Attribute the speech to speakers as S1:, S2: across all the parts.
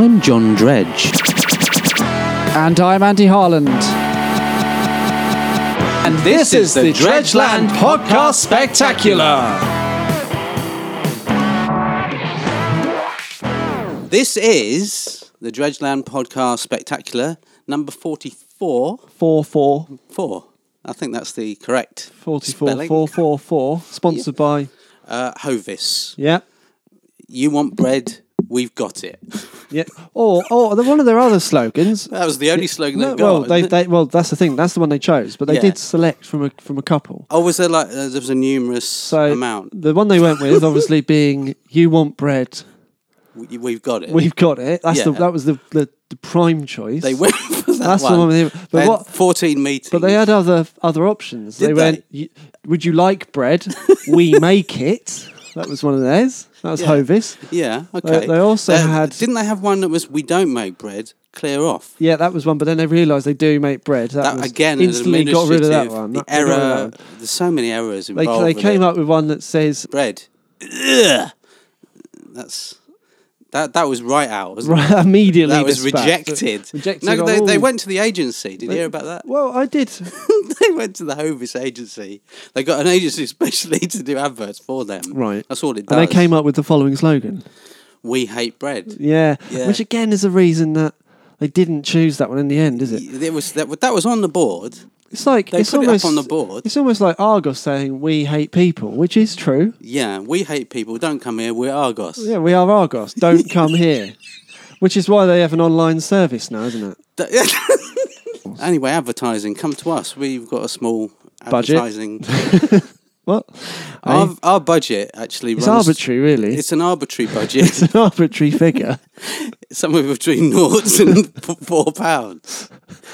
S1: I'm John Dredge.
S2: And I'm Andy Harland.
S1: And this, is, the Dredgeland Podcast Spectacular. This is the Dredgeland Podcast Spectacular, number 44.
S2: 4 4
S1: Four. I think that's the correct
S2: 44
S1: spelling.
S2: 444. Sponsored by.
S1: Uh, Hovis.
S2: Yeah.
S1: You want bread? We've got it.
S2: Yeah. Or, or the, one of their other slogans. uh,
S1: That was the only slogan
S2: No,
S1: they've got.
S2: well, they,
S1: isn't it?
S2: they, well, that's the thing. That's the one they chose, but they
S1: Yeah.
S2: did select from a from a couple.
S1: oh, was there like, uh, there was a numerous
S2: So
S1: amount?
S2: the one they went with, obviously, being "You want bread,
S1: We, we've got it.
S2: we've got it." That's the
S1: Yeah.
S2: that was the, the, the prime choice.
S1: They went for that
S2: That's the
S1: one.
S2: one with him. But
S1: They had
S2: what-
S1: 14 meetings.
S2: But they had other other options.
S1: Did
S2: they went, "Y- "Would you like bread? we make it." That was one of theirs. That was
S1: Yeah.
S2: Hovis.
S1: Yeah, okay.
S2: they also
S1: Uh,
S2: had-
S1: Didn't they have one that was, we don't make bread, clear off?
S2: Yeah, that was one. But then they realised they do make bread. That,
S1: That,
S2: was
S1: again, an
S2: instantly got rid of that
S1: administrative-
S2: one.
S1: The
S2: That- they got rid of that
S1: error.
S2: one.
S1: There's so many errors
S2: They,
S1: involved.
S2: they
S1: with
S2: came
S1: it.
S2: up with one that says
S1: bread. Ugh. That's that. That was right out. Wasn't it?
S2: right, immediately
S1: That was
S2: dispatched.
S1: rejected.
S2: Rejected.
S1: No,
S2: on
S1: they, they
S2: all-
S1: went to the agency. Did you hear about that?
S2: Well, I did.
S1: they went to the Hovis agency. They got an agency specially to do adverts for them.
S2: Right.
S1: That's all it does.
S2: And they came up with the following slogan.
S1: We hate bread.
S2: Yeah.
S1: Yeah.
S2: Which again is a reason that they didn't choose that one in the end, is it?
S1: It was that, that was on the board.
S2: It's like
S1: They
S2: it's
S1: put it up
S2: almost
S1: on the board.
S2: It's almost like Argos saying we hate people, which is true.
S1: Yeah, we hate people. Don't come here. We're Argos.
S2: Yeah, we are Argos. Don't come here. Which is why they have an online service now, isn't it?
S1: anyway, advertising. Come to us. We've got a small
S2: Budget.
S1: advertising.
S2: What?
S1: our, our budget actually
S2: it's
S1: runs.
S2: arbitrary, really. It's
S1: It's an arbitrary budget,
S2: an arbitrary figure.
S1: somewhere between noughts and f- four pounds,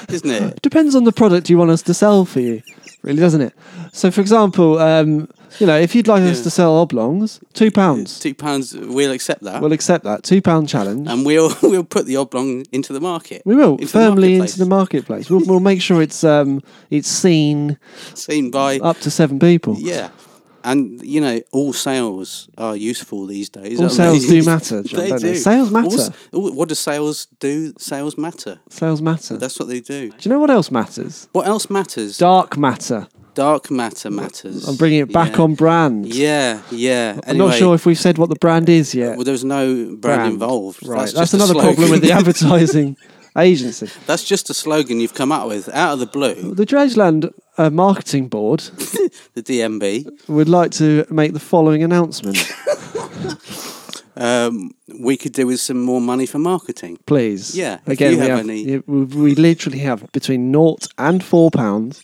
S1: isn't it?
S2: Depends on the product you want us to sell for you, really, doesn't it? So, for example, um, you know, if you'd like us
S1: Yeah.
S2: to sell oblongs, two pounds.
S1: Two pounds. We'll accept that,
S2: We'll accept that two pound challenge.
S1: and we'll we'll put the oblong into the market.
S2: We will
S1: Um, Into the
S2: firmly into the
S1: marketplace.
S2: marketplace. We'll, we'll make sure it's um it's seen
S1: seen by
S2: up to seven people.
S1: yeah. And you know, all sales are useful these days.
S2: All
S1: aren't
S2: sales
S1: they?
S2: do matter, John,
S1: they
S2: don't
S1: do.
S2: they? Sales matter.
S1: All s- all- what do sales do? Sales matter.
S2: Sales matter.
S1: That's what they do.
S2: do you know what else matters?
S1: What else matters?
S2: Dark matter.
S1: Dark matter matters.
S2: I'm bringing it back
S1: Yeah.
S2: on brand.
S1: Yeah, yeah.
S2: I'm not
S1: Anyway,
S2: sure if we've said what the brand is yet.
S1: Well, there was no brand,
S2: Brand.
S1: involved.
S2: Right. That's,
S1: just a
S2: another
S1: slogan.
S2: problem with the advertising agency.
S1: That's just a slogan you've come up with out of the blue.
S2: The Dredgeland uh, Marketing Board
S1: The DMB.
S2: would like to make the following announcement,
S1: Um, we could do with some more money for marketing.
S2: please.
S1: Yeah, if
S2: Again,
S1: you
S2: we
S1: have
S2: have,
S1: any-
S2: yeah, we- we literally have between naught and four pounds.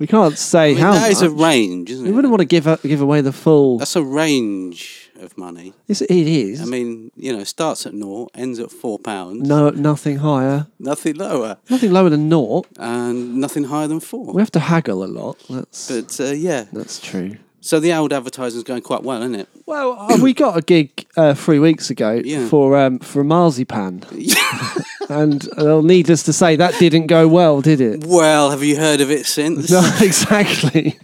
S2: We can't say
S1: I mean,
S2: how
S1: that is
S2: much.
S1: a range, isn't
S2: We
S1: it?
S2: wouldn't want to give up, give away the full.
S1: That's a range of money.
S2: It's, it is.
S1: I mean, you know, starts at naught, ends at four pounds,
S2: no, nothing higher.
S1: nothing lower,
S2: Nothing lower than naught.
S1: and nothing higher than four.
S2: We have to haggle a lot. That's
S1: But uh, yeah,
S2: that's true.
S1: so the old advertising's going quite well, isn't it?
S2: Well, uh, we got a gig uh, three weeks ago
S1: Yeah.
S2: for um, for marzipan, and uh, needless to say, that didn't go well, did it?
S1: well, have you heard of it since?
S2: No, exactly.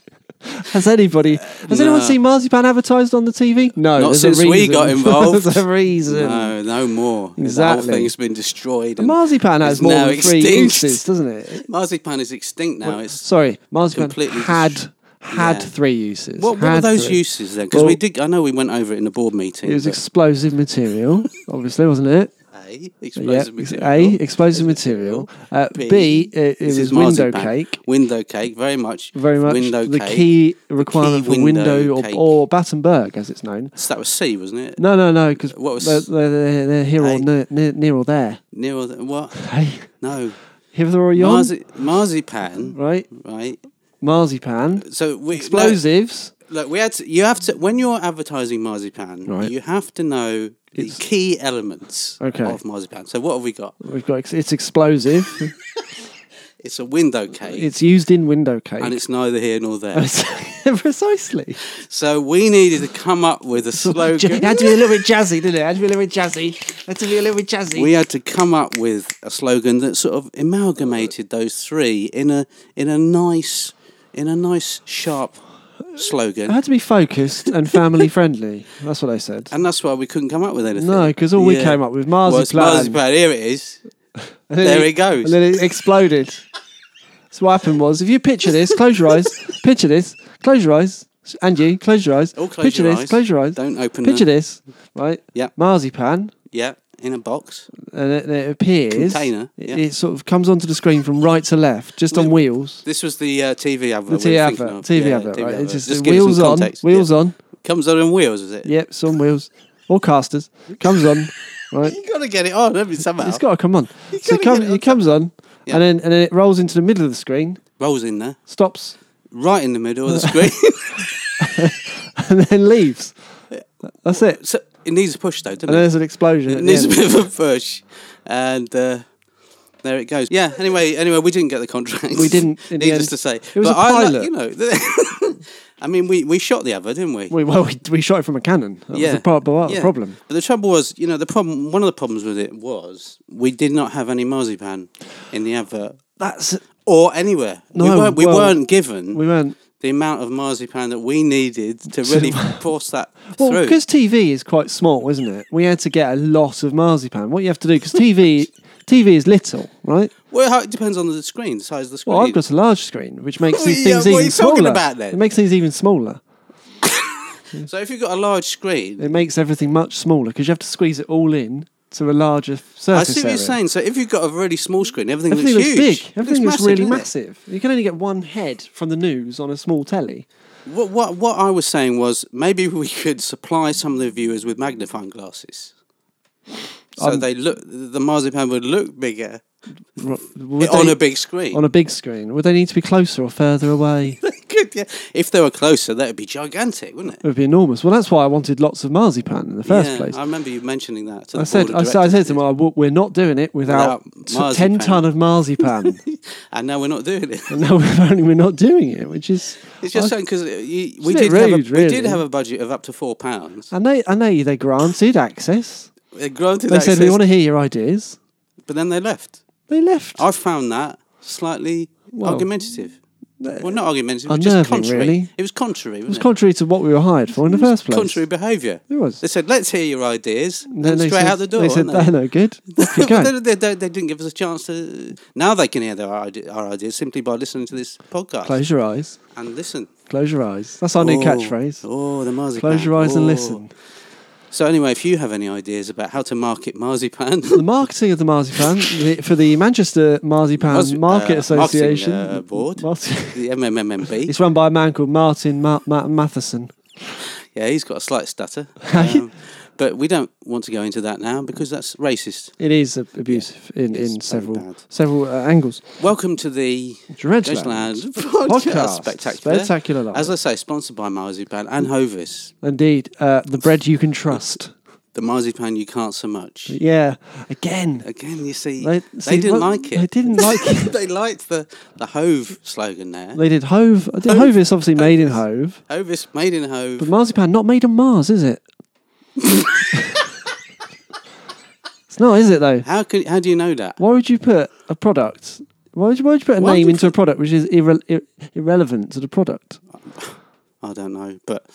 S2: Has anybody has anyone
S1: No.
S2: seen marzipan advertised on the TV? No,
S1: Uh, Not
S2: there's a
S1: since we
S2: reason.
S1: got involved.
S2: there's a reason.
S1: No, no more. The
S2: Exactly.
S1: whole thing's been destroyed.
S2: The
S1: and
S2: marzipan
S1: it's
S2: has more
S1: now
S2: than three
S1: extinct.
S2: uses, doesn't it?
S1: Marzipan is extinct now. It's
S2: Sorry, marzipan
S1: Completely
S2: had
S1: dist-
S2: had
S1: yeah.
S2: three uses.
S1: what, what
S2: Had
S1: were those
S2: three.
S1: uses then? Because
S2: Well-
S1: we did. I know we went over it in the board meeting.
S2: It was
S1: but-
S2: explosive material, obviously, wasn't it?
S1: A,
S2: Yeah,
S1: explosive
S2: ex-
S1: material.
S2: A, explosive material. Uh, B, it, it
S1: this
S2: was
S1: is
S2: window
S1: marzipan.
S2: cake.
S1: Window cake, very much.
S2: Very much
S1: Window
S2: the
S1: cake.
S2: key requirement
S1: key
S2: for
S1: window
S2: window, or,
S1: cake.
S2: or Battenberg, as it's known.
S1: So that was C, wasn't it?
S2: No, no, no, because
S1: What was-
S2: they're, they're, they're, they're here
S1: A?
S2: or near, near, near or there.
S1: Near or th- what?
S2: Hey,
S1: No.
S2: hither or yon,
S1: Marzi- marzipan,
S2: right?
S1: right?
S2: Marzipan,
S1: So we no,
S2: explosives.
S1: Look, we had to, you have to when you're advertising marzipan,
S2: Right.
S1: you have to know
S2: It's-
S1: the key elements
S2: Okay.
S1: of marzipan. So what have we got?
S2: We've got ex- it's explosive.
S1: It's a window cake,
S2: it's used in window cake.
S1: and it's neither here nor there.
S2: Precisely.
S1: so we needed to come up with a slogan.
S2: It had to be a little bit jazzy, didn't it? It had to be a little bit jazzy. It had to be a little bit jazzy.
S1: we had to come up with a slogan that sort of amalgamated those three in a in a nice in a nice sharp
S2: I
S1: slogan.
S2: had to be focused and family friendly. That's what I said.
S1: And that's why we couldn't come up with anything.
S2: No, because all we
S1: Yeah.
S2: came up with
S1: Well, it's
S2: Marzipan.
S1: Marzipan. Here it is.
S2: And then
S1: There it goes.
S2: And then it exploded. so what happened was, if you picture this, close your eyes. Picture this, close your eyes, and you close your eyes.
S1: All close
S2: picture
S1: your
S2: this,
S1: eyes.
S2: close your eyes.
S1: Don't open
S2: Picture
S1: them.
S2: this, right?
S1: Yeah.
S2: Marzipan,
S1: Yeah, in a box.
S2: and it, it appears.
S1: Container,
S2: It,
S1: yeah.
S2: it sort of comes onto the screen from right to left, just on wheels.
S1: This was the uh, TV
S2: The
S1: advert. we
S2: TV
S1: were thinking
S2: advert,
S1: of.
S2: TV
S1: Yeah,
S2: advert, right? It's just,
S1: give it
S2: wheels
S1: some
S2: on,
S1: context.
S2: wheels
S1: Yeah.
S2: on.
S1: Comes on in wheels, is it?
S2: Yep, some wheels or casters comes on, right?
S1: You gotta get it on every somehow.
S2: It's got to come on. So it,
S1: gotta get
S2: come,
S1: it on
S2: it comes on,
S1: Yeah.
S2: and then and then it rolls into the middle of the screen,
S1: rolls in there,
S2: stops,
S1: right in the middle of the screen.
S2: and then leaves. That's it.
S1: so it needs a push though,
S2: And
S1: doesn't
S2: then
S1: it?
S2: there's an explosion.
S1: It
S2: at the
S1: needs a
S2: end.
S1: bit of a push, and uh, there it goes. Yeah. Anyway, anyway, we didn't get the contract.
S2: We didn't, in the
S1: Needless
S2: end.
S1: to say,
S2: It was
S1: but
S2: a
S1: I like-
S2: pilot.
S1: you know, I mean, we we shot the advert, didn't we?
S2: We, well, we, we shot it from a cannon. That was the part, part of the
S1: Yeah.
S2: problem.
S1: But the trouble was, you know, the problem. One of the problems with it was we did not have any marzipan in the advert
S2: That's
S1: or anywhere. we
S2: No,
S1: weren't, we
S2: well,
S1: weren't given
S2: we weren't.
S1: the amount of marzipan that we needed to really force that
S2: Well,
S1: through.
S2: because TV is quite small, isn't it? We had to get a lot of marzipan. What you have to do, because TV, TV is little, right?
S1: Well, how- it depends on the screen, the size of the screen.
S2: Well, I've got a large screen, which makes
S1: Well,
S2: these
S1: yeah,
S2: things
S1: what are
S2: even
S1: you
S2: smaller.
S1: talking about then?
S2: It makes things even smaller.
S1: so if you've got a large screen,
S2: It makes everything much smaller because you have to squeeze it all in to a larger f-
S1: I
S2: surface
S1: see what you're
S2: area.
S1: saying. So if you've got a really small screen, everything,
S2: Everything
S1: looks
S2: looks
S1: huge.
S2: big.
S1: It
S2: Everything
S1: looks
S2: looks really
S1: doesn't it?
S2: massive. You can only get one head from the news on a small telly.
S1: What, what, what I was saying was maybe we could supply some of the viewers with magnifying glasses. So
S2: Um,
S1: they look, the marzipan would look bigger
S2: R- would
S1: on
S2: they-
S1: a big screen.
S2: on a big screen. Would they need to be closer or further away? it
S1: Good, yeah. If they were closer, that would be gigantic, wouldn't it?
S2: would be enormous. Well, that's why I wanted lots of marzipan in the first
S1: yeah,
S2: place.
S1: I remember you mentioning that. To the
S2: I said,
S1: board
S2: I
S1: of
S2: said, I said
S1: directors.
S2: to him, we're not doing it without,
S1: Without
S2: t-
S1: marzipan."
S2: 10 ton of marzipan.
S1: and now we're not doing it.
S2: and now apparently we're not doing it, which is.
S1: It's just
S2: I,
S1: saying because we
S2: a bit
S1: did have a, we
S2: rude,
S1: did
S2: really. Uh,
S1: have a budget of up to four pounds.
S2: I know, I know they granted access.
S1: They granted
S2: They
S1: access,
S2: said, we want to hear your ideas.
S1: but then they left.
S2: They left.
S1: I found that slightly
S2: Well, uh,
S1: argumentative. Well, not argumentative, but just
S2: unnerving,
S1: contrary.
S2: really.
S1: It was contrary. Wasn't
S2: It was contrary to what we were hired for in the first place.
S1: contrary behaviour.
S2: It was.
S1: They said, "Let's hear your ideas," and
S2: Then they
S1: straight
S2: said-
S1: out the door.
S2: They said,
S1: weren't
S2: "They're no good. Off you
S1: But
S2: go."
S1: they, they, they- they didn't give us a chance to. Now they can hear their, ide- our ideas simply by listening to this podcast
S2: Close your eyes.
S1: and listen.
S2: Close your eyes. That's our new
S1: Oh,
S2: catchphrase.
S1: Oh, the marzipan.
S2: Close your eyes
S1: Oh.
S2: and listen.
S1: So anyway, if you have any ideas about how to market marzipan,
S2: The marketing of the marzipan the- for the Manchester Marzipan
S1: Marzi-
S2: Market
S1: uh, marketing,
S2: Association
S1: uh, board.
S2: Marti-
S1: the MMMB.
S2: it's run by a man called Martin Ma- Ma- Matheson.
S1: Yeah, he's got a slight stutter. Um, but we don't want to go into that now because that's racist.
S2: It is ab- abusive in,
S1: it's
S2: in
S1: very
S2: several
S1: bad.
S2: several uh, angles.
S1: Welcome to the Dredgeland
S2: Dredgeland.
S1: podcast,
S2: Podcast.
S1: spectacular.
S2: Spectacular life.
S1: As I say, sponsored by Marzipan and Hovis.
S2: Indeed, uh, the bread you can trust.
S1: The Marzipan you can't so much.
S2: Yeah, again.
S1: Again, you see,
S2: They-
S1: they,
S2: see,
S1: didn't
S2: what-
S1: like it.
S2: they didn't like it.
S1: they liked the, the Hove slogan there.
S2: They did Hove. I did Hove is obviously made in Hove,
S1: Hovis made in Hove.
S2: but marzipan not made on Mars, is it? it's not, is it though?
S1: how can how do you know that?
S2: Why would you put a product? Why would you, why would you put a
S1: Why
S2: name
S1: would
S2: into a product which is irre- ir- irrelevant to the product?
S1: I don't know. But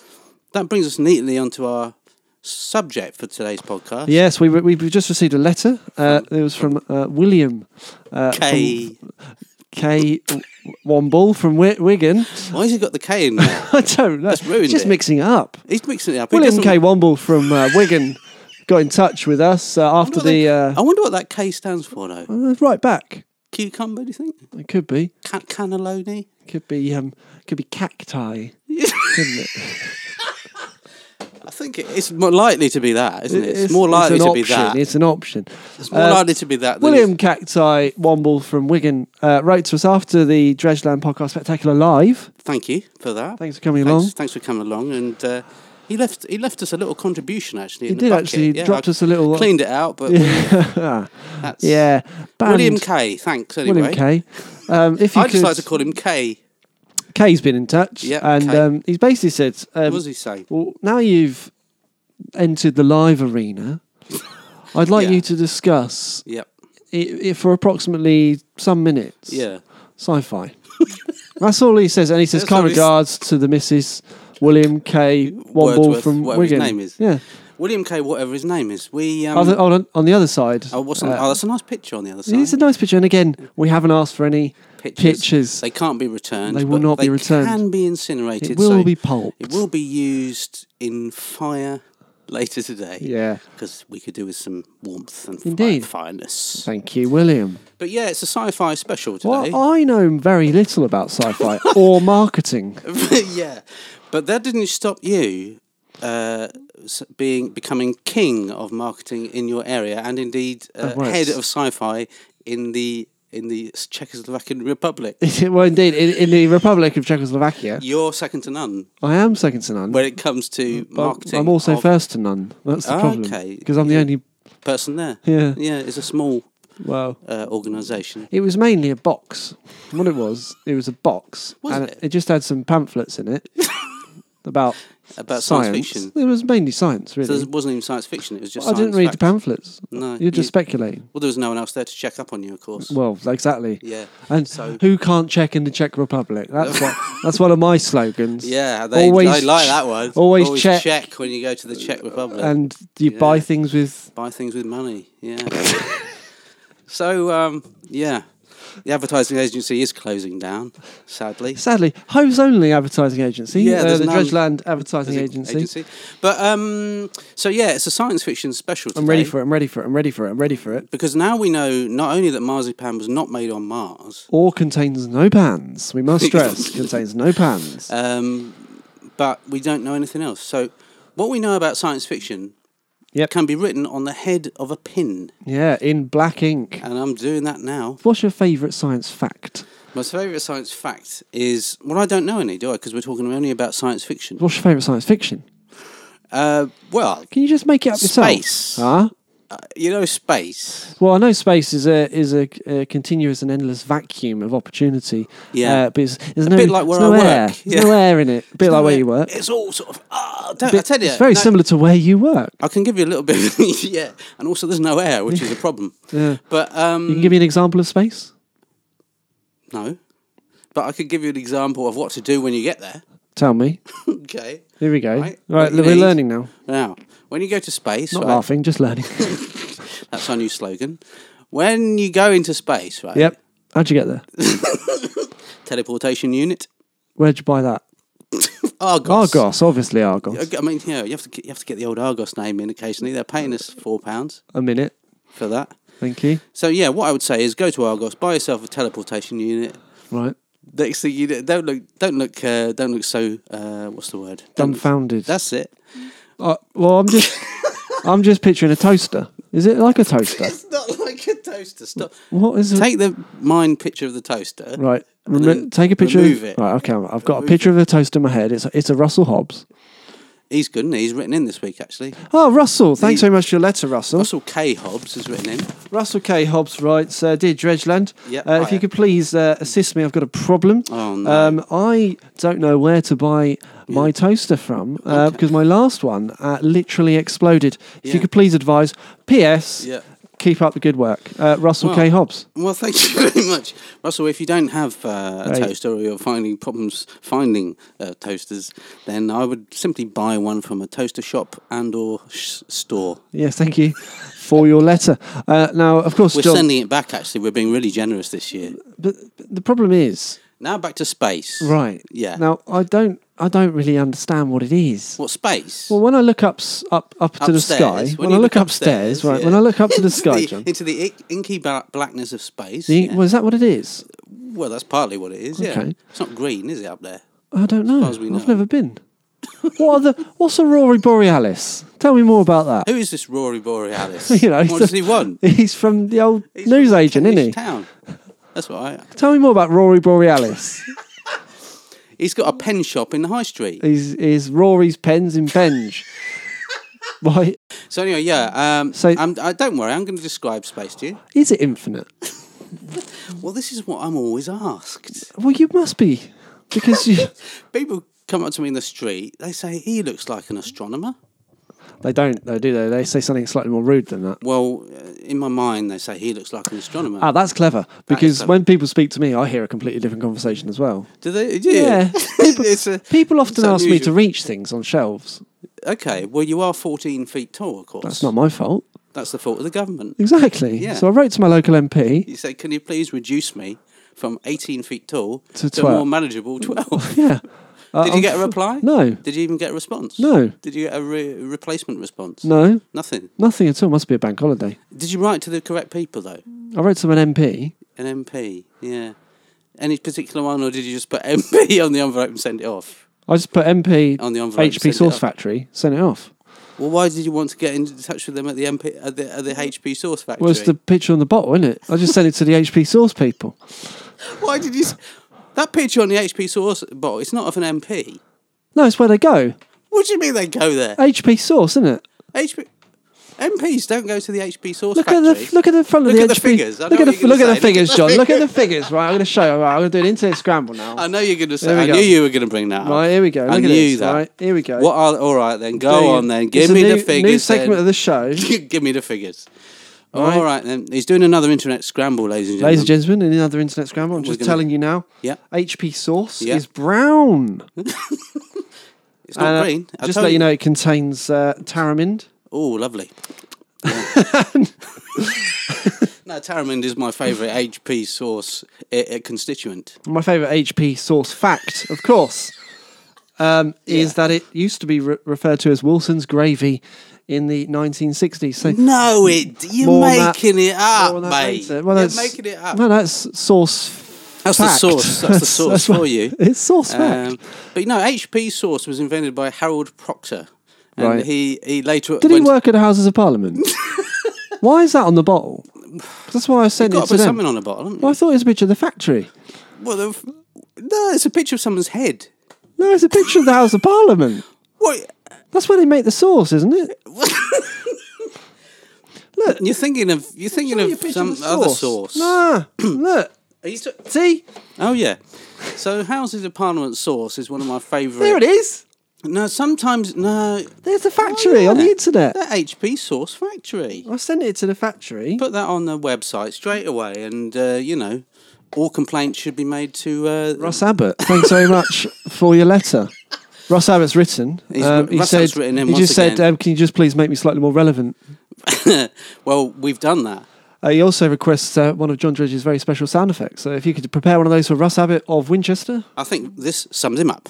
S1: that brings us neatly onto our subject for today's podcast.
S2: Yes, we we we just received a letter. Uh, it was from uh, William uh, from
S1: K.
S2: K Womble from Wi- Wigan.
S1: Why has he got the K in there?
S2: I don't know.
S1: ruined
S2: just
S1: it.
S2: mixing it up.
S1: He's mixing it up. He
S2: William
S1: doesn't-
S2: K. Womble from uh, Wigan got in touch with us uh, after
S1: what they-
S2: the uh,
S1: I wonder what that K stands for though.
S2: uh, right back.
S1: Cucumber, do you think?
S2: It could be,
S1: Can- cannelloni?
S2: could be, um, could be cacti, couldn't it?
S1: I think it, it's more likely to be that, isn't it? It's, more
S2: an
S1: likely to be
S2: option,
S1: that. It's,
S2: It's an option.
S1: more
S2: Uh,
S1: likely to be that. Than
S2: William Cacti Womble from Wigan uh, wrote to us after the Dredgeland podcast spectacular live.
S1: it's- Thank you for that.
S2: Thanks for coming
S1: Thanks,
S2: along.
S1: thanks for coming along. And uh, he left he left us a little contribution actually.
S2: He
S1: in the
S2: did
S1: bucket.
S2: actually
S1: Yeah,
S2: dropped
S1: I
S2: us a little.
S1: Cleaned it out, but
S2: yeah,
S1: that's
S2: yeah. Band-
S1: William K. Thanks anyway.
S2: William K. Um, if you
S1: I
S2: could,
S1: just like to call him K.
S2: Kay's been in touch,
S1: Yeah,
S2: and
S1: Kay.
S2: um, he's basically said,
S1: What
S2: um,
S1: was he saying?
S2: "Well, now you've entered the live arena, I'd like
S1: Yeah.
S2: you to discuss
S1: Yep.
S2: i i for approximately some minutes,
S1: Yeah.
S2: sci-fi." That's all he says. And he says,
S1: That's all
S2: kind
S1: he's-
S2: regards to the Mrs. William K. Womble
S1: Wordsworth,
S2: from
S1: whatever his
S2: Wigan.
S1: name is.
S2: Yeah.
S1: William K. Whatever his name is. We. Um,
S2: Other, on, on the other side.
S1: oh, what's on,
S2: uh,
S1: oh, that's a nice picture on the other side.
S2: it's a nice picture. And again, we haven't asked for any
S1: Pictures.
S2: pictures.
S1: They can't be returned.
S2: They will
S1: but
S2: not be
S1: they
S2: returned.
S1: Can be incinerated.
S2: It will
S1: so
S2: be pulped.
S1: It will be used in fire later today.
S2: Yeah.
S1: because we could do with some warmth and
S2: Indeed.
S1: Fi- fireness.
S2: Thank you, William.
S1: But yeah, it's a sci-fi special today.
S2: Well, I know very little about sci-fi or marketing.
S1: yeah, but that didn't stop you uh, s- being becoming king of marketing in your area, and indeed uh,
S2: Oh, right.
S1: head of sci-fi in the in the Czechoslovakian Republic.
S2: well, indeed, in, in the Republic of Czechoslovakia,
S1: You're second to none
S2: I am second to none.
S1: when it comes to
S2: Mm, but
S1: marketing.
S2: I'm also
S1: of
S2: first to none. That's the
S1: Ah,
S2: problem.
S1: okay.
S2: Because I'm the only.
S1: person there.
S2: Yeah.
S1: yeah, it's a small
S2: Well,
S1: uh, organisation.
S2: it was mainly a box. What it was, it was a box,
S1: Was
S2: and
S1: it?
S2: it just had some pamphlets in it about
S1: About science
S2: science.
S1: fiction.
S2: It was mainly science,
S1: So
S2: really.
S1: it wasn't even science fiction; it was just.
S2: I didn't
S1: science
S2: read
S1: fact.
S2: the pamphlets.
S1: No,
S2: You're just
S1: you-
S2: speculating.
S1: Well, there was no one else there to check up on you, of course.
S2: Well, exactly.
S1: yeah.
S2: And
S1: So-
S2: who can't check in the Czech Republic? That's what, that's one of my slogans.
S1: Yeah, they,
S2: Always
S1: I like
S2: ch-
S1: that one.
S2: always check.
S1: when you go to the Czech Republic.
S2: And you
S1: Yeah.
S2: buy things with
S1: Buy things with money. Yeah. so, um, yeah, the advertising agency is closing down, sadly.
S2: sadly Hose Only Advertising Agency.
S1: Yeah,
S2: uh,
S1: there's
S2: the
S1: none.
S2: Dredgeland Advertising
S1: As a
S2: Agency.
S1: But um, so yeah, it's a science fiction special. Today
S2: I'm ready for it. I'm ready for it. I'm ready for it. I'm ready for it.
S1: Because now we know not only that marzipan was not made on Mars,
S2: Or contains no pans. We must stress contains no pans.
S1: um, but we don't know anything else. So, what we know about science fiction
S2: Yep.
S1: can be written on the head of a pin,
S2: yeah, in black ink.
S1: and I'm doing that now.
S2: What's your favourite science fact?
S1: My favourite science fact is well, I don't know any, do I? Because we're talking only about science fiction.
S2: What's your favourite science fiction?
S1: Uh, well,
S2: Can you just make it up yourself?
S1: Space.
S2: Huh?
S1: uh, you know, space.
S2: Well, I know space is a is a, a continuous and endless vacuum of opportunity.
S1: Yeah.
S2: uh, but it's, there's no,
S1: bit like where
S2: there's no
S1: I work.
S2: air. There's no
S1: Yeah.
S2: air in it. A bit like where you work.
S1: It's all sort of. ah, don't, I
S2: Bit-
S1: tell you,
S2: it's very
S1: no,
S2: similar to where you work.
S1: I can give you a little bit, yeah. And also, there's no air, which is a problem.
S2: Yeah.
S1: But um,
S2: You can give me an example of space.
S1: no, but I could give you an example of what to do when you get there.
S2: Tell me.
S1: okay.
S2: Here we go.
S1: Right. What
S2: Right,
S1: you
S2: we're
S1: need.
S2: learning now.
S1: Now, when you go to space,
S2: Not
S1: right,
S2: laughing, just learning.
S1: that's our new slogan. When you go into space, right?
S2: yep. How'd you get there?
S1: Teleportation unit.
S2: Where'd you buy that?
S1: Argos.
S2: Argos, obviously Argos.
S1: I mean, you know, you have to get, you have to get the old Argos name in occasionally. They're paying us four pounds
S2: A minute.
S1: for that.
S2: Thank you.
S1: So yeah, what I would say is go to Argos, buy yourself a teleportation unit.
S2: Right.
S1: Next thing you know, don't look, don't look, uh, don't look so. Uh, what's the word? Don't-
S2: Dumbfounded.
S1: That's it.
S2: Uh, well, I'm just I'm just picturing a toaster. Is it like a toaster?
S1: It's not like a toaster. Stop.
S2: What is it?
S1: Take the mind picture of the toaster.
S2: Right.
S1: And
S2: Remo-
S1: then
S2: take a picture.
S1: remove
S2: Of,
S1: it.
S2: Right. Okay. I've got a picture of a toaster in my head. It's a, it's a Russell Hobbs.
S1: He's good, and he's written in this week actually.
S2: Oh, Russell! Thanks very much for your letter, Russell.
S1: Russell K. Hobbs has written in.
S2: Russell K. Hobbs writes, uh, "Dear Dredgeland,
S1: Yeah,
S2: uh, if
S1: hiya.
S2: you could please uh, assist me, I've got a problem.
S1: Oh, no.
S2: um, I don't know where to buy my toaster from uh, because my last one uh, literally exploded. If
S1: Yeah.
S2: you could please advise. P.S.
S1: Yeah.
S2: Keep up the good work, uh, Russell K.
S1: Well,
S2: Hobbs.
S1: Well, thank you very much, Russell. If you don't have uh, a
S2: Right.
S1: toaster or you're finding problems finding uh, toasters, then I would simply buy one from a toaster shop and/or sh- store.
S2: Yes, thank you for your letter. Uh, now, of course,
S1: We're
S2: John,
S1: sending it back. Actually, we're being really generous this year.
S2: but but the problem is."
S1: Now back to space.
S2: Right.
S1: Yeah.
S2: Now I don't I don't really understand what it is.
S1: What space?
S2: Well, when I look up s- up up to
S1: Upstairs.
S2: the sky,
S1: When
S2: when,
S1: you
S2: I
S1: look
S2: look, upstairs,
S1: upstairs,
S2: right?
S1: yeah.
S2: When I look up to the
S1: Into
S2: sky,
S1: the-
S2: John,
S1: into the i- inky ba- blackness of space.
S2: the-
S1: yeah.
S2: was that what it is?
S1: Well, that's partly what it is. Yeah,
S2: Okay.
S1: it's not green, is it up there?
S2: I don't know.
S1: as we
S2: I've
S1: know.
S2: never been. what are the What's Aurora Borealis? Tell me more about that.
S1: Who is this Rory Borealis?
S2: You know,
S1: what does he want?
S2: He's from the old
S1: He's
S2: news
S1: from
S2: agent, isn't
S1: Kentish
S2: he?
S1: Town. That's what I.
S2: Tell me more about Rory Borealis.
S1: He's got a pen shop in the high street.
S2: is is Rory's pens in Penge? Why
S1: So anyway, yeah. Um,
S2: So-
S1: I'm, I, don't worry, I'm going to describe space to you.
S2: is it infinite?
S1: Well, this is what I'm always asked.
S2: Well, you must be because you
S1: People come up to me in the street. They say he looks like an astronomer.
S2: They don't, though, do they? They say something slightly more rude than that.
S1: Well, uh, in my mind, they say he looks like an astronomer.
S2: Ah, that's clever because
S1: clever.
S2: when people speak to me, I hear a completely different conversation as well.
S1: Do they? do you?
S2: Yeah.
S1: it's a,
S2: People
S1: It's
S2: often ask me to
S1: unusual.
S2: reach things on shelves.
S1: okay. Well, you are 14 feet tall, of course.
S2: That's not my fault.
S1: That's the fault of the government.
S2: Exactly.
S1: Yeah.
S2: So I wrote to my local MP.
S1: You say, can you please reduce me from 18 feet tall
S2: To
S1: to,
S2: 12.
S1: a more manageable 12?
S2: Yeah. Uh,
S1: Did you
S2: I'm
S1: get a
S2: f-
S1: reply?
S2: No.
S1: Did you even get a response?
S2: No.
S1: Did you get a re- replacement response?
S2: No.
S1: Nothing.
S2: Nothing at all. Must be a bank holiday.
S1: Did you write to the correct people though?
S2: I wrote to an MP.
S1: An MP. Yeah. Any particular one, or did you just put MP on the envelope and send it off?
S2: I just put MP
S1: On the envelope, send
S2: HP
S1: it
S2: Source
S1: off.
S2: Factory. Sent it off.
S1: Well, why did you want to get in touch with them at the MP at the, at the HP Source Factory?
S2: Well, it's the picture on the bottle, isn't it? I just sent it to the HP Source people.
S1: Why did you? s- That picture on the HP Source bottle. It's not of an MP.
S2: No, it's where they go.
S1: What do you mean they go there?
S2: HP Source, isn't it?
S1: HP MPs don't go to the HP Source
S2: Look at
S1: Factory.
S2: the f- look at the front of
S1: Look
S2: the
S1: at the
S2: HP.
S1: figures. I know
S2: Look at
S1: what
S2: the
S1: you're
S2: look at
S1: gonna
S2: the
S1: say. Look
S2: figures,
S1: at the
S2: John. Look at the figures. Right, I'm going to show you. Right, I'm going to do an internet scramble now.
S1: I know you're going to
S2: There
S1: say.
S2: we
S1: I
S2: go.
S1: knew you were going to bring that up.
S2: Right, here we go.
S1: I
S2: Look at
S1: knew
S2: this,
S1: that.
S2: right, here we go.
S1: What are? All right then. Go
S2: Doing it.
S1: on then.
S2: It's
S1: Give
S2: a
S1: me
S2: new,
S1: the figures.
S2: New segment
S1: then.
S2: of the show,
S1: Give me the figures.
S2: Right.
S1: All right then. He's doing another internet scramble, ladies and gentlemen.
S2: ladies and gentlemen. In another internet scramble, I'm just
S1: gonna-
S2: telling you now.
S1: Yeah.
S2: HP Source
S1: Yeah.
S2: is brown.
S1: It's not
S2: And, uh,
S1: green. I
S2: just
S1: told
S2: let you know, it contains uh, tamarind.
S1: Oh, lovely. no, tamarind is my favourite HP source uh, uh, constituent.
S2: My favourite HP Source fact, of course, um, is that it used to be re- referred to as Wilson's gravy in the 1960s. So
S1: No, it. You're
S2: More on that-
S1: making it up,
S2: Oh, Well, that
S1: mate.
S2: makes it- well,
S1: you're
S2: that's-
S1: making it up.
S2: No, that's source.
S1: That's
S2: fact.
S1: the source. That's the source
S2: what-
S1: for you.
S2: It's source fact.
S1: Um, but you know, HP sauce was invented by Harold Proctor, and
S2: Right.
S1: he he later
S2: Did he
S1: went,
S2: work at the Houses of Parliament? why is that on the bottle? 'Cause That's why I sent
S1: Got
S2: it
S1: to
S2: to
S1: put
S2: them.
S1: something on the bottle. haven't you?
S2: Well, I thought it was a picture of the factory.
S1: Well, the, f- no, it's a picture of someone's head.
S2: No, it's a picture of the House of Parliament.
S1: What?
S2: That's where they make the sauce, isn't it?
S1: You're thinking of you're thinking
S2: Your
S1: of
S2: picture
S1: some
S2: of the
S1: other sauce.
S2: Nah, look.
S1: Are you t-
S2: See,
S1: Oh yeah. So Houses of Parliament sauce is one of my favourite.
S2: there it is.
S1: No, sometimes no.
S2: There's the factory on the
S1: yeah.
S2: internet.
S1: The HP Sauce Factory.
S2: I sent it to the factory.
S1: Put that on the website straight away, and uh, you know, all complaints should be made to. Uh,
S2: Ross Abbott, thanks very much for your letter. Ross Abbott's written.
S1: He's-
S2: um, he
S1: Ross
S2: said,
S1: Abbott's written in
S2: he
S1: once
S2: just said,
S1: again.
S2: um, "Can you just please make me slightly more relevant?"
S1: well, we've done that.
S2: Uh, he also requests uh, one of John Dredge's very special sound effects. So if you could prepare one of those for Russ Abbott of Winchester,
S1: I think this sums him up.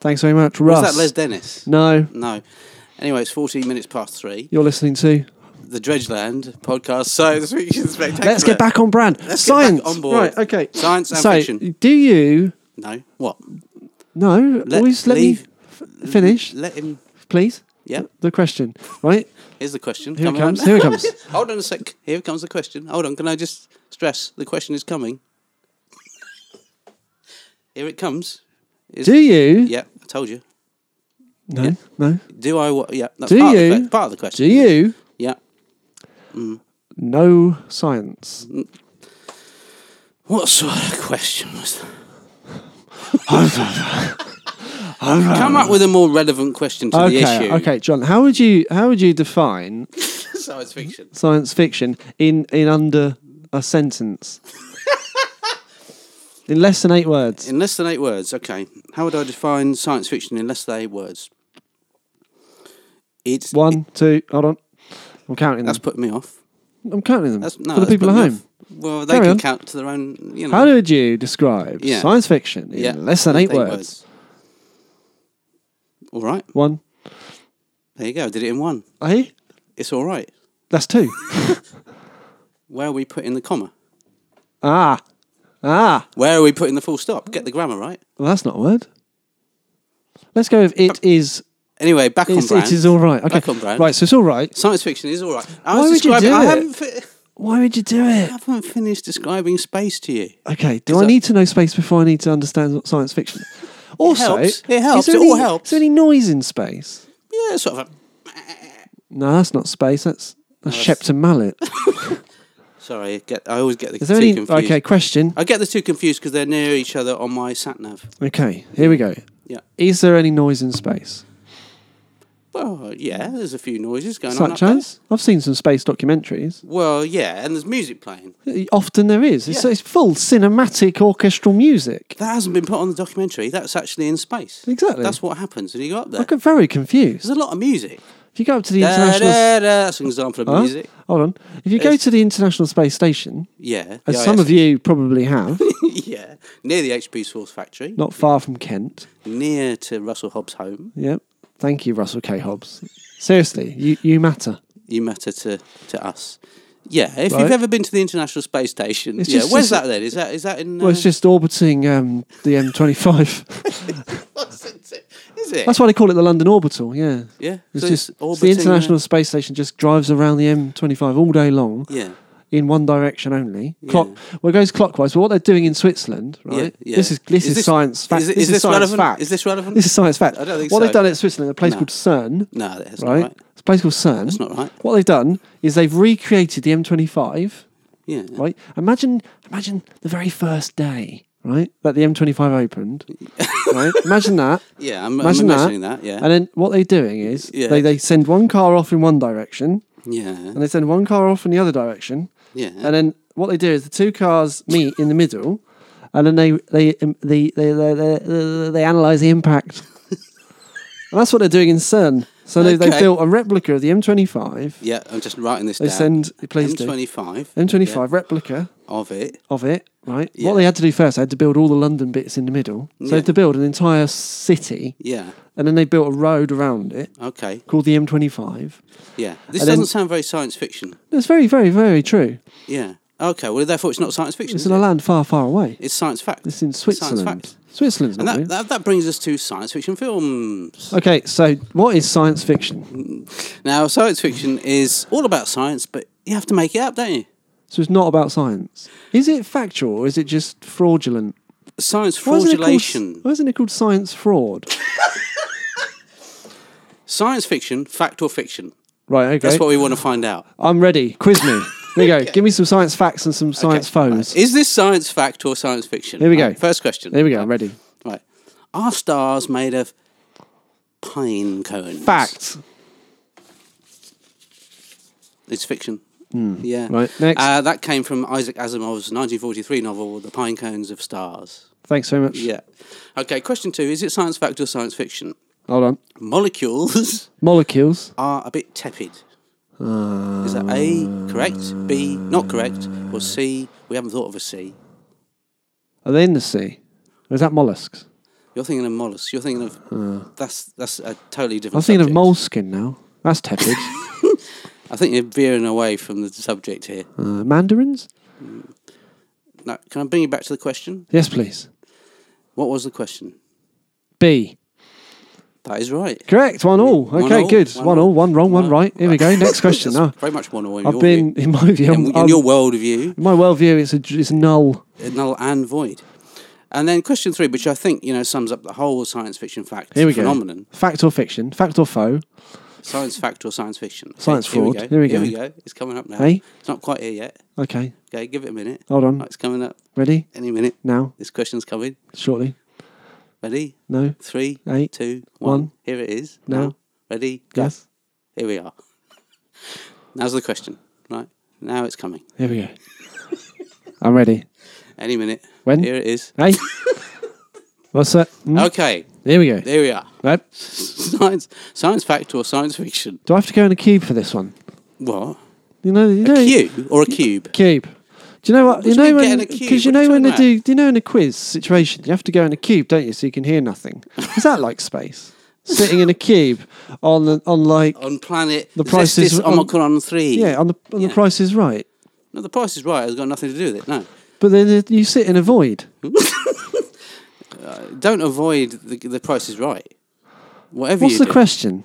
S2: thanks very much, Russ.
S1: Was that Les Dennis?
S2: no,
S1: No. Anyway, it's 14 minutes past three.
S2: you're listening to.
S1: The Dredgeland podcast. So this week is spectacular.
S2: Let's get back on brand.
S1: get back
S2: Science.
S1: on board.
S2: Right. Okay.
S1: Science and
S2: so,
S1: fiction.
S2: do you?
S1: No. What?
S2: No. always let
S1: leave-
S2: me f- finish,
S1: Let him.
S2: please.
S1: Yeah.
S2: The question. Right.
S1: Here's the question.
S2: Here
S1: Come
S2: it
S1: on.
S2: comes. Here it comes.
S1: Hold on a sec. Here comes the question. Hold on. Can I just stress the question is coming? Here it comes. Is,
S2: Do you?
S1: Yeah, I told you.
S2: No. No.
S1: Do I? wa- Yeah, that's
S2: Do
S1: part,
S2: you?
S1: Of the, que- part of the
S2: Do
S1: question.
S2: you?
S1: Yeah.
S2: No science.
S1: What sort of question was that? Come up with a more relevant question to the
S2: Okay.
S1: issue.
S2: Okay, John. How would you? How would you define
S1: Science fiction.
S2: science fiction in in under a sentence? in less than eight words.
S1: In less than eight words, okay. How would I define science fiction in less than eight words? It's
S2: One, two. Hold on. I'm counting them.
S1: that's put me off.
S2: I'm counting them
S1: That's no,
S2: for the
S1: that's
S2: people at
S1: put me
S2: home.
S1: off. Well, they
S2: Carry
S1: can
S2: on.
S1: count to their own. You know,
S2: How would you describe
S1: Yeah.
S2: science fiction in
S1: yeah,
S2: less than eight, words?
S1: All right,
S2: One.
S1: there you go. Did it in one.
S2: Hey,
S1: It's all right.
S2: that's two.
S1: Where are we putting the comma?
S2: ah, ah.
S1: Where are we putting the full stop? Get the grammar right.
S2: Well, that's not a word. Let's go with it is.
S1: Anyway, back on
S2: It's,
S1: brand.
S2: it is all right. Okay.
S1: Back on brand.
S2: Right. So it's all right.
S1: Science fiction is all right. I
S2: Why
S1: was
S2: would you
S1: describing.
S2: do
S1: I
S2: it?
S1: haven't. Fi-
S2: Why would you do it?
S1: I haven't finished describing space to you.
S2: Okay, do I
S1: that-
S2: need to know space before I need to understand what science fiction? Also,
S1: helps. It helps.
S2: Is there
S1: It
S2: any,
S1: all helps.
S2: Is there any noise in space?
S1: Yeah, sort of. A,
S2: No, that's not space. That's that's Shepton Mallet.
S1: sorry, I get. I always get the
S2: Is there
S1: two
S2: any?
S1: confused.
S2: Okay, question.
S1: I get the two confused because they're near each other on my sat nav.
S2: Okay, here we go.
S1: Yeah.
S2: Is there any noise in space?
S1: Well, yeah, there's a few noises going on.
S2: Such
S1: up there.
S2: as I've seen some space documentaries.
S1: Well, yeah, and there's music playing.
S2: Often there is. It's,
S1: Yeah.
S2: it's full cinematic orchestral music.
S1: That hasn't been put on the documentary. That's actually in space.
S2: Exactly.
S1: That's what happens when you go up there.
S2: I got very confused.
S1: There's a lot of music.
S2: If you go up to the
S1: Da,
S2: international,
S1: da, da. That's an example of
S2: Huh?
S1: music.
S2: hold on. If you go
S1: It's-
S2: to the International Space Station,
S1: Yeah.
S2: as
S1: Yeah,
S2: some
S1: yes.
S2: of you probably have,
S1: yeah. Near the HP Source Factory.
S2: not far from Kent.
S1: Near to Russell Hobbs' home.
S2: Yep. Thank you, Russell K. Hobbs. Seriously, you, you matter.
S1: You matter to, to us. Yeah. If
S2: Right.
S1: you've ever been to the International Space Station,
S2: It's
S1: yeah.
S2: just-
S1: Where's
S2: it's-
S1: that then? Is that is that in? uh,
S2: Well, it's just orbiting um, the M25.
S1: just. Is it?
S2: That's why they call it the London Orbital. Yeah.
S1: yeah.
S2: It's
S1: so
S2: just it's the
S1: orbiting, uh,
S2: International Space Station just drives around the M25 all day long
S1: Yeah.
S2: in one direction only. Clock well, it goes clockwise. But what they're doing in Switzerland, right?
S1: Yeah, yeah.
S2: This is this is, science fact.
S1: Is, it-
S2: this
S1: is this
S2: science
S1: relevant?
S2: fact.
S1: Is this relevant?
S2: This is science fact.
S1: I don't think
S2: what
S1: so.
S2: they've done at Switzerland, a place
S1: No.
S2: called CERN,
S1: no, that's
S2: right?
S1: not right.
S2: It's a place called CERN.
S1: That's not right.
S2: What they've done is they've recreated the M25,
S1: Yeah.
S2: right? Imagine, imagine the very first day, right, that the M25 opened. right? Imagine that.
S1: Yeah. I'm, I'm
S2: Imagine that.
S1: imagining that. yeah.
S2: And then what they're doing is
S1: Yeah.
S2: they, they send one car off in one direction,
S1: yeah.
S2: and they send one car off in the other direction,
S1: Yeah.
S2: and then what they do is the two cars meet in the middle, and then they they um, they they they, they, they, they analyze the impact. and that's what they're doing in CERN. So they, they
S1: Okay.
S2: built a replica of the M25.
S1: yeah. I'm just writing this
S2: They
S1: down.
S2: send please do
S1: M25
S2: M25 replica
S1: of it.
S2: of it. Right.
S1: Yeah.
S2: What they had to do first, they had to build all the London bits in the middle. So they had
S1: Yeah.
S2: to build an entire city,
S1: Yeah.
S2: and then they built a road around it
S1: Okay.
S2: called the M25.
S1: Yeah. This
S2: And then-
S1: doesn't sound very science fiction.
S2: It's very, very, very true.
S1: Yeah. Okay. Well, therefore, it's not science fiction.
S2: It's
S1: is
S2: in a
S1: it?
S2: land far, far away.
S1: It's science fact.
S2: It's in
S1: Science
S2: Switzerland.
S1: fact.
S2: Switzerland's
S1: And
S2: not
S1: that,
S2: real.
S1: that, that brings us to science fiction films.
S2: Okay, so what is science fiction?
S1: Now, science fiction is all about science, but you have to make it up, don't you?
S2: So it's not about science. Is it factual or is it just fraudulent?
S1: Science
S2: Why isn't it called-
S1: fraudulation.
S2: Why isn't it called science fraud?
S1: Science fiction, fact or fiction?
S2: Right, okay.
S1: That's what we want to find out.
S2: I'm ready. Quiz me. There you go. Give me some science facts and some science foes.
S1: Is this science fact or science fiction?
S2: Here we
S1: Right,
S2: go.
S1: First question.
S2: There we go. I'm ready.
S1: Right. Are stars made of pine cones?
S2: Fact.
S1: It's fiction. Yeah.
S2: Hmm. Right, next.
S1: Uh, that came from Isaac Asimov's 1943 novel, The Pine Cones of Stars.
S2: Thanks very much.
S1: Yeah. Okay, question two Is it science fact or science fiction?
S2: Hold on.
S1: Molecules
S2: Molecules.
S1: are a bit tepid. Is that A, correct? B, not correct? Or C, we haven't thought of a C?
S2: Are they in the sea? Or is that mollusks?
S1: You're thinking of mollusks. You're thinking of. That's that's a totally different
S2: I'm Uh. thinking of
S1: subject.
S2: moleskin now. That's tepid.
S1: I think you're veering away from the subject here.
S2: uh, mandarins?
S1: Now, can I bring you back to the question?
S2: Yes, please.
S1: What was the question?
S2: B.
S1: That is right.
S2: Correct. One all.
S1: One
S2: Okay,
S1: all,
S2: good.
S1: one
S2: One
S1: all.
S2: all. One wrong. One
S1: One-
S2: right. Here we go. Next question.
S1: That's
S2: Now,
S1: Very much one away. in
S2: I've
S1: your
S2: been um, in my view.
S1: view. in,
S2: I'm,
S1: in your world view,
S2: my worldview, it's a, it's null.
S1: null and void. And then question three, which I think you know sums up the whole science fiction fact
S2: Here we go.
S1: phenomenon:
S2: Fact or fiction? Fact or foe?
S1: science fact or science fiction. Okay,
S2: Science fraud.
S1: Here
S2: Here
S1: we
S2: we
S1: go.
S2: go.
S1: It's coming up now.
S2: Hey?
S1: It's not quite here yet.
S2: Okay.
S1: Okay, give it a minute.
S2: Hold on.
S1: Right, it's coming up
S2: Ready?
S1: any minute.
S2: Now?
S1: This question's coming.
S2: Shortly?
S1: Ready?
S2: No?
S1: Three,
S2: Eight,
S1: two, one.
S2: one.
S1: Here it is.
S2: Now.
S1: Ready? Go.
S2: Yes.
S1: Here we are. Now's the question. Right. Now it's coming.
S2: Here we go. I'm ready.
S1: Any minute.
S2: When?
S1: Here it is.
S2: Hey? What's that? Hmm?
S1: Okay.
S2: Here we go.
S1: There we are.
S2: Right.
S1: Science, science fact or science fiction?
S2: Do I have to go in a cube for this one?
S1: What?
S2: You know, you know,
S1: Cube or a cube?
S2: cube. Do you know what?
S1: do you
S2: you know
S1: mean get
S2: when
S1: in a cube?
S2: because you
S1: What are you
S2: know when they
S1: talking
S2: do. You know in a quiz situation, you have to go in a cube, don't you? So you can hear nothing. Is that like space? Sitting in a cube on on like
S1: On planet the
S2: The
S1: price
S2: Price is-
S1: Zestis
S2: on-
S1: Omicron three.
S2: yeah on the on
S1: Yeah.
S2: the Price is Right,
S1: No, the price is right. It's got nothing to do with it. No.
S2: but then you sit in a void.
S1: Don't avoid the, the price is right. Whatever
S2: What's
S1: you
S2: the
S1: do,
S2: question?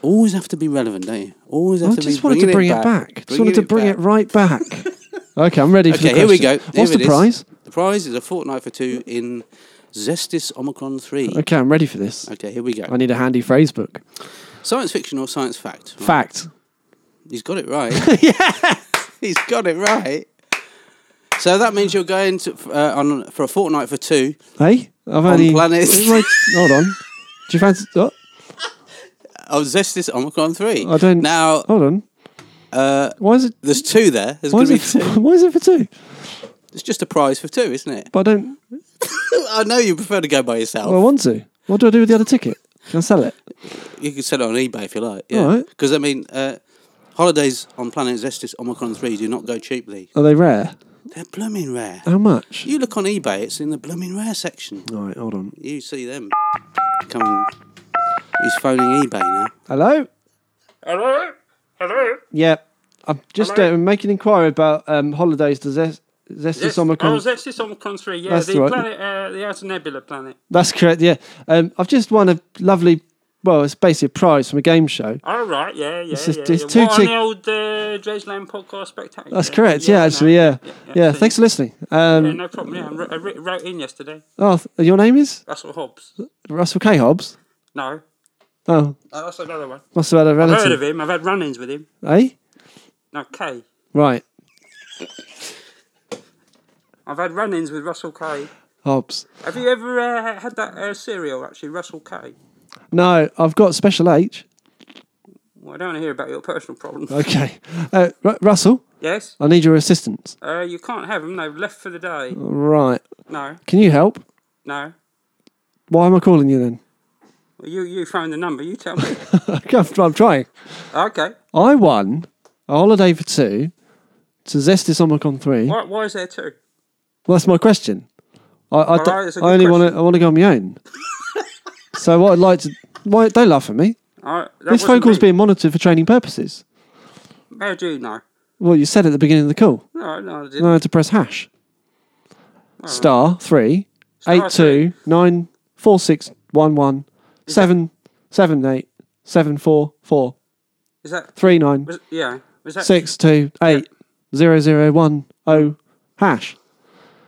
S1: always have to be relevant, don't you? Always have
S2: I
S1: to be.
S2: just wanted to
S1: bringing
S2: bring it back. Just wanted to bring
S1: back.
S2: it right back. okay, I'm ready for
S1: Okay,
S2: the
S1: here we go.
S2: question.
S1: Here
S2: What's
S1: it
S2: the
S1: is.
S2: prize?
S1: The prize is a fortnight for two in Zestis Omicron 3. Okay,
S2: Okay, I'm ready for this.
S1: here we go.
S2: I need a handy phrase book.
S1: Science fiction or science fact? Right,
S2: Fact.
S1: He's got it right. He's got it right. So that means you're going to, uh, on for a fortnight for two.
S2: Hey, I've only
S1: planets.
S2: Wait, hold on. Do you fancy? Oh,
S1: oh, Zestis Omicron 3.
S2: I don't-
S1: Now,
S2: Hold on.
S1: uh,
S2: Why is it?
S1: there's two there. There's
S2: Why
S1: going
S2: is
S1: to be
S2: it?
S1: two.
S2: For, why is it for two?
S1: It's just a prize for two, isn't it?
S2: But I don't.
S1: I know you prefer to go by yourself.
S2: Well, I want to. What do I do with the other ticket? Can I sell it?
S1: you can sell it on eBay if you like. Yeah.
S2: Alright.
S1: Because, I mean, uh, holidays on Planet Zestis Omicron 3 do not go cheaply.
S2: Are they rare?
S1: They're blooming rare.
S2: How much?
S1: You look on eBay, it's in the blooming rare section.
S2: All right, hold on.
S1: You see them. Come on. He's phoning eBay now.
S2: Hello.
S3: Hello? Hello?
S2: Yeah, I'm just
S3: Hello?
S2: uh, making inquiry about um, holidays to Zest- Zestis
S3: Yes.
S2: Omicron.
S3: Oh, that's this Omicron 3, yeah.
S2: That's
S3: the
S2: right.
S3: planet, uh, the outer nebula planet.
S2: That's correct. Yeah, um, I've just won a lovely. Well, it's basically a prize from a game show.
S3: All right, yeah, yeah,
S2: just-
S3: yeah.
S2: it's
S3: yeah.
S2: two
S3: what, on
S2: tick-
S3: the old uh, Dredgeland podcast spectacular?
S2: That's correct. Yeah,
S3: I
S2: actually,
S3: know.
S2: yeah, yeah.
S3: yeah.
S2: thanks for listening.
S3: Yeah,
S2: Um,
S3: no problem. Yeah, I wrote- I wrote wrote in yesterday.
S2: oh, th- your name is
S3: That's what Hobbs.
S2: Russell K. Hobbs.
S3: No,
S2: Oh,
S3: oh, that's another one.
S2: must have had a
S3: I've heard
S2: relative,
S3: of him. I've had run-ins with him.
S2: eh?
S3: No, K.
S2: Right,
S3: I've had run-ins with Russell K.
S2: Hobbs.
S3: Have you ever uh, had that uh, cereal actually, Russell K?
S2: No, I've got special H.
S3: Well, I don't want to hear about your personal problems.
S2: Okay, uh, Ru- Russell,
S3: Yes.
S2: I need your assistance.
S3: Uh, you can't have them. They've left for the day.
S2: Oh. Right,
S3: No,
S2: can you help?
S3: no.
S2: Why am I calling you then?
S3: Well, you you found the number. You tell me.
S2: I'm I'm trying.
S3: okay.
S2: I won a holiday for two to Zestis Omicron 3.
S3: Why, why is there two?
S2: Well, that's my question. I, I,
S3: right,
S2: d-
S3: that's a
S2: I
S3: good
S2: only want to I want to go on my own. so what I'd like to why don't laugh at me.
S3: All right, that
S2: This phone
S3: wasn't
S2: call's
S3: me.
S2: being monitored for training purposes.
S3: How do you know?
S2: Well, you said at the beginning of the call.
S3: No, no, I didn't.
S2: And I had to press hash. Star three eight two
S3: three.
S2: nine four six one one seven seven eight seven four four
S3: Is that?
S2: three nine
S3: Was, yeah. Was that?
S2: six two eight zero zero one oh hash.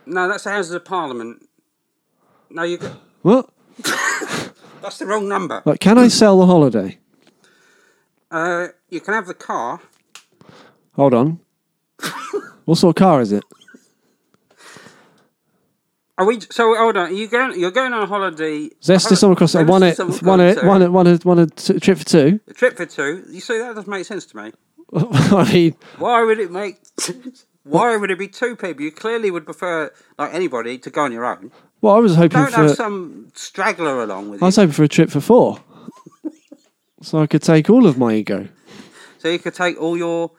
S3: No, that's the Houses of Parliament. No, you. got-
S2: What?
S3: That's the wrong number.
S2: Like, can I sell the holiday?
S3: Uh, you can have the car.
S2: Hold on. what sort of car is it?
S3: Are we? So hold on. Are you going? You're going on a holiday.
S2: Zesty
S3: hol-
S2: summer cross. I
S3: Zesty
S2: won it.
S3: summer
S2: Won
S3: cross,
S2: it.
S3: sorry.
S2: Won it. Won it. Won a t- trip for two.
S3: A trip for two. You see, that doesn't make sense to me.
S2: I mean,
S3: Why would it make? Why would it be two people? You clearly would prefer, like anybody, to go on your own.
S2: well, I was hoping
S3: Don't
S2: for.
S3: have some straggler along with
S2: I
S3: you,
S2: was hoping for a trip for four, so I could take all of my ego.
S3: so you could take all your,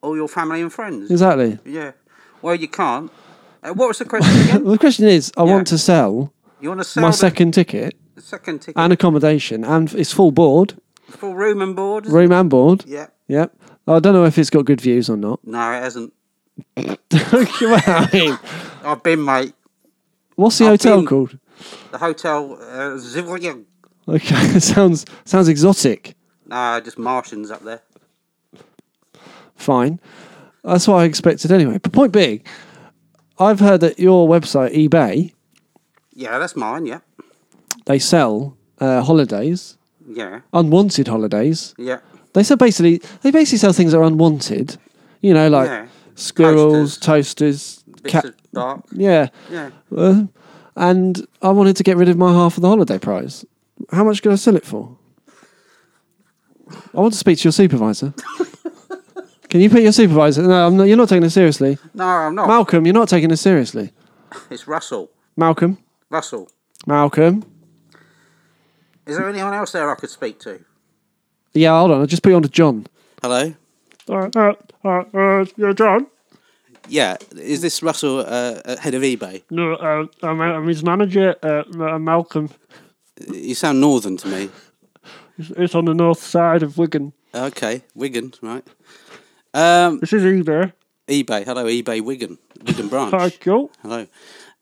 S3: all your family and friends.
S2: Exactly.
S3: Yeah. Well, you can't. Uh, what was the question again?
S2: Well, the question is, I want
S3: Yeah.
S2: to sell
S3: You want to sell
S2: my
S3: the
S2: second ticket
S3: second ticket
S2: and accommodation, and it's full board,
S3: full room and board? is it?
S2: room and board.
S3: Yeah.
S2: Yep. I don't know if it's got good views or not.
S3: No, it hasn't.
S2: Well, I mean,
S3: I've been, mate.
S2: what's the
S3: I've
S2: hotel
S3: been-
S2: called?
S3: The hotel, uh, Zivrian.
S2: Okay, sounds sounds exotic.
S3: Nah, just Martians up there.
S2: fine. That's what I expected anyway. But point being, I've heard that your website, eBay,
S3: Yeah, that's mine. Yeah.
S2: they sell uh, holidays,
S3: Yeah.
S2: unwanted holidays.
S3: Yeah.
S2: They sell basically, they basically sell things that are unwanted. You know, like
S3: Yeah.
S2: squirrels, toasters,
S3: Bits
S2: cat.
S3: of bark.
S2: Yeah.
S3: Yeah.
S2: Uh, and I wanted to get rid of my half of the holiday prize. How much could I sell it for? I want to speak to your supervisor. Can you put your supervisor? No, I'm not, you're not taking it seriously.
S3: No, I'm not.
S2: Malcolm, you're not taking this seriously.
S3: it's Russell.
S2: Malcolm,
S3: Russell.
S2: Malcolm.
S3: Is there anyone else there I could speak to?
S2: Yeah, hold on. I'll just put you on to John.
S1: Hello?
S4: Uh, uh, uh, uh, yeah, John?
S1: Yeah. Is this Russell, uh, uh, head of eBay?
S4: No, uh, I'm, I'm his manager, uh, uh, Malcolm.
S1: You sound northern to me.
S4: It's- It's on the north side of Wigan.
S1: Okay, Wigan, right. Um,
S4: This is eBay.
S1: eBay. Hello, eBay Wigan. Wigan branch.
S4: Hi, cool.
S1: Hello.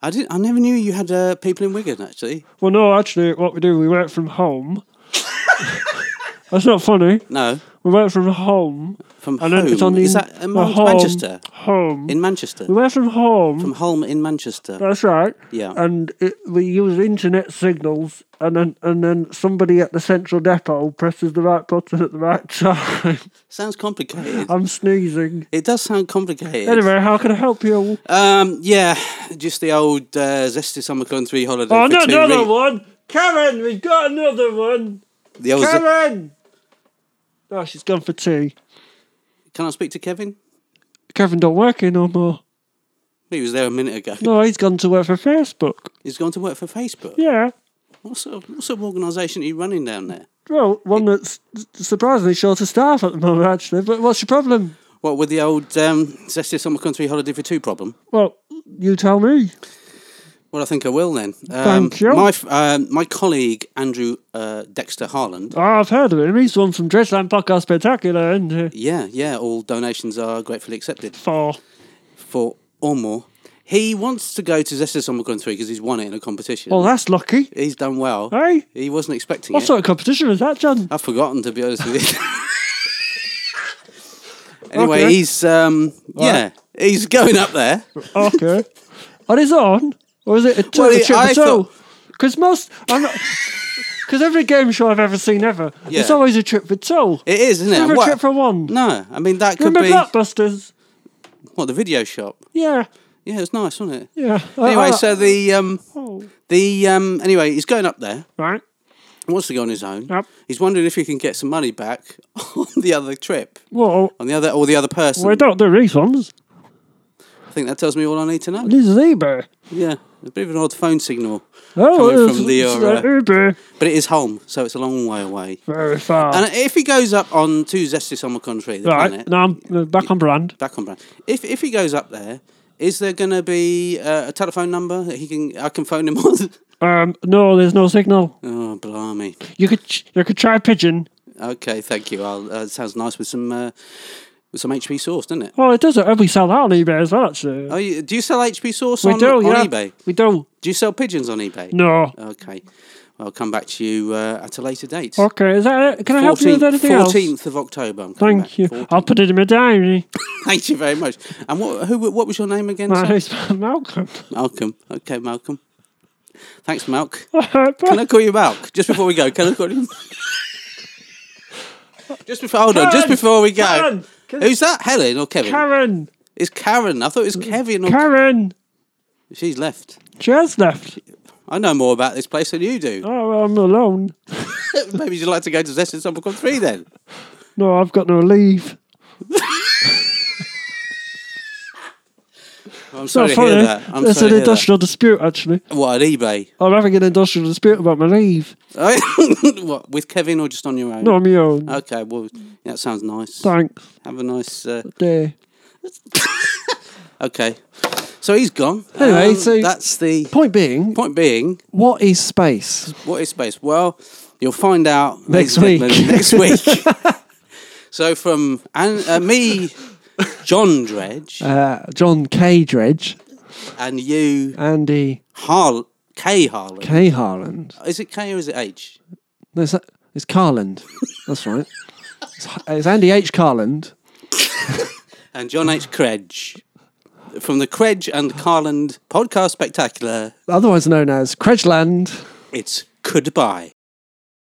S1: I didn't. I never knew you had uh, people in Wigan. Actually,
S4: Well, no, actually, what we do, we work from home. That's not funny.
S1: no.
S4: We work from home.
S1: From
S4: And
S1: home.
S4: then it's on the,
S1: Is that in
S4: the
S1: Man-
S4: home,
S1: Manchester?
S4: Home.
S1: In Manchester.
S4: we work from home.
S1: From Holm in Manchester.
S4: That's right.
S1: Yeah.
S4: And it, we use internet signals, and then and then somebody at the central depot presses the right button at the right time.
S1: Sounds complicated.
S4: I'm sneezing.
S1: It does sound complicated.
S4: Anyway, how can I help you?
S1: Um. Yeah. Just the old uh, zesty summer country holiday.
S4: Oh,
S1: for
S4: no,
S1: two
S4: another
S1: weeks.
S4: one! Karen, we've got another one!
S1: The old. ze-
S4: Karen! No, Oh, she's gone for tea.
S1: Can I speak to Kevin?
S4: Kevin don't work here no more.
S1: He was there a minute ago.
S4: No, he's gone to work for Facebook.
S1: He's gone to work for Facebook.
S4: Yeah.
S1: What sort of, what sort of organisation are you running down there?
S4: Well, one that's surprisingly short of staff at the moment, actually. But what's your problem?
S1: What with the old um, zesty summer country holiday for two problem?
S4: Well, you tell me.
S1: Well, I think I will then. Um,
S4: Thank you.
S1: My f- um, my colleague Andrew uh, Dexter Harland.
S4: Oh, I've heard of him. He's the one from Dredgeland Podcast Spectacular, isn't he?
S1: Yeah, yeah. All donations are gratefully accepted
S4: Four.
S1: for or more. He wants to go to Zesty Summer Country because he's won it in a competition.
S4: Well, that's lucky.
S1: he's done well.
S4: Hey?
S1: He wasn't expecting
S4: What
S1: it.
S4: sort of competition was that, John?
S1: I've forgotten to be honest with you. anyway,
S4: Okay.
S1: he's um, yeah, he's going up there.
S4: Okay. On his own? Or is it a two
S1: Well,
S4: a trip
S1: I
S4: at
S1: thought-
S4: Because most. I'm not. Because every game show I've ever seen ever, it's
S1: Yeah.
S4: always a trip for two.
S1: It is, isn't it?
S4: Never a
S1: What-
S4: trip for one.
S1: No, I mean that could
S4: Remember
S1: be
S4: Blockbusters?
S1: what the video shop.
S4: Yeah,
S1: Yeah, it's nice, wasn't it?
S4: yeah. Uh,
S1: Anyway,
S4: I- I-
S1: so the um,
S4: Oh.
S1: the um, anyway, he's going up there.
S4: Right.
S1: He wants to go on his own.
S4: Yep.
S1: He's wondering if he can get some money back on the other trip,
S4: Well,
S1: on the other or the other person.
S4: we don't do refunds.
S1: I think that tells me all I need to know.
S4: This is eBay.
S1: Yeah, a bit of an odd phone signal,
S4: Oh,
S1: Coming
S4: it's,
S1: from the,
S4: it's
S1: uh,
S4: like eBay.
S1: but it is home, so it's a long way away.
S4: Very far.
S1: And if he goes up on to Zesty Summer Country, the
S4: Oh. right.
S1: planet,
S4: Now I'm uh, back on brand.
S1: back on brand. If if he goes up there, is there going to be uh, a telephone number that he can I can phone him on?
S4: Um, no, there's no signal.
S1: oh, blimey.
S4: You could ch- you could try pigeon.
S1: Okay, thank you. I'll, uh, sounds nice with some uh, with some HP sauce, doesn't it?
S4: Well, it does it. We sell that on eBay as well, actually.
S1: Oh, you, do you sell HP sauce
S4: we
S1: on,
S4: do.
S1: on
S4: yeah.
S1: eBay? Uh,
S4: We do.
S1: Do you sell pigeons on eBay?
S4: No.
S1: Okay. Well, I'll come back to you uh, at a later date.
S4: Okay. Is that it? Can I help you with anything else?
S1: 14th of October. I'm coming
S4: Thank
S1: back.
S4: you.
S1: Four-
S4: I'll put it in my diary.
S1: Thank you very much. And what who what was your name again?
S4: My
S1: sir?
S4: name's Malcolm.
S1: Malcolm. Okay, Malcolm. Thanks, Malk. Can
S4: Bye.
S1: I call you Malk? Just before we go, can I call you? just before, hold on. Just
S4: Karen!
S1: before we go,
S4: Karen! Can-
S1: who's that? Helen or Kevin?
S4: Karen.
S1: It's Karen. I thought it was Kevin. Or...
S4: Karen.
S1: She's left.
S4: She has left.
S1: I know more about this place than you do.
S4: Oh, well, I'm alone.
S1: Maybe you'd like to go to Zestin Summer Country then.
S4: No, I've got no leave.
S1: I'm
S4: It's not
S1: sorry to
S4: funny.
S1: hear that. I'm sorry
S4: it's an
S1: to hear
S4: industrial dispute, actually.
S1: that. What on eBay?
S4: I'm having an industrial dispute about my leave.
S1: what with Kevin or just on your own?
S4: No, on my own.
S1: Okay. Well, that sounds nice.
S4: Thanks.
S1: Have a nice. Uh...
S4: Day.
S1: Okay. So he's gone. Um,
S2: Anyway, so-
S1: that's the
S2: Point being,
S1: point. Being,
S2: what is space?
S1: what is space? Well, you'll find out ladies
S2: Next
S1: and
S2: week.
S1: gentlemen, Next week. so from and uh, me, John Dredge,
S2: Uh, John K. Dredge,
S1: and you,
S2: Andy
S1: Harl K Harlan.
S2: K. Harland.
S1: Is it K or is it H?
S2: No, it's, it's Carland. That's right. It's, it's Andy H. Carland.
S1: And John H Credge from the Credge and Carland podcast spectacular.
S2: otherwise known as Credgeland.
S1: It's goodbye.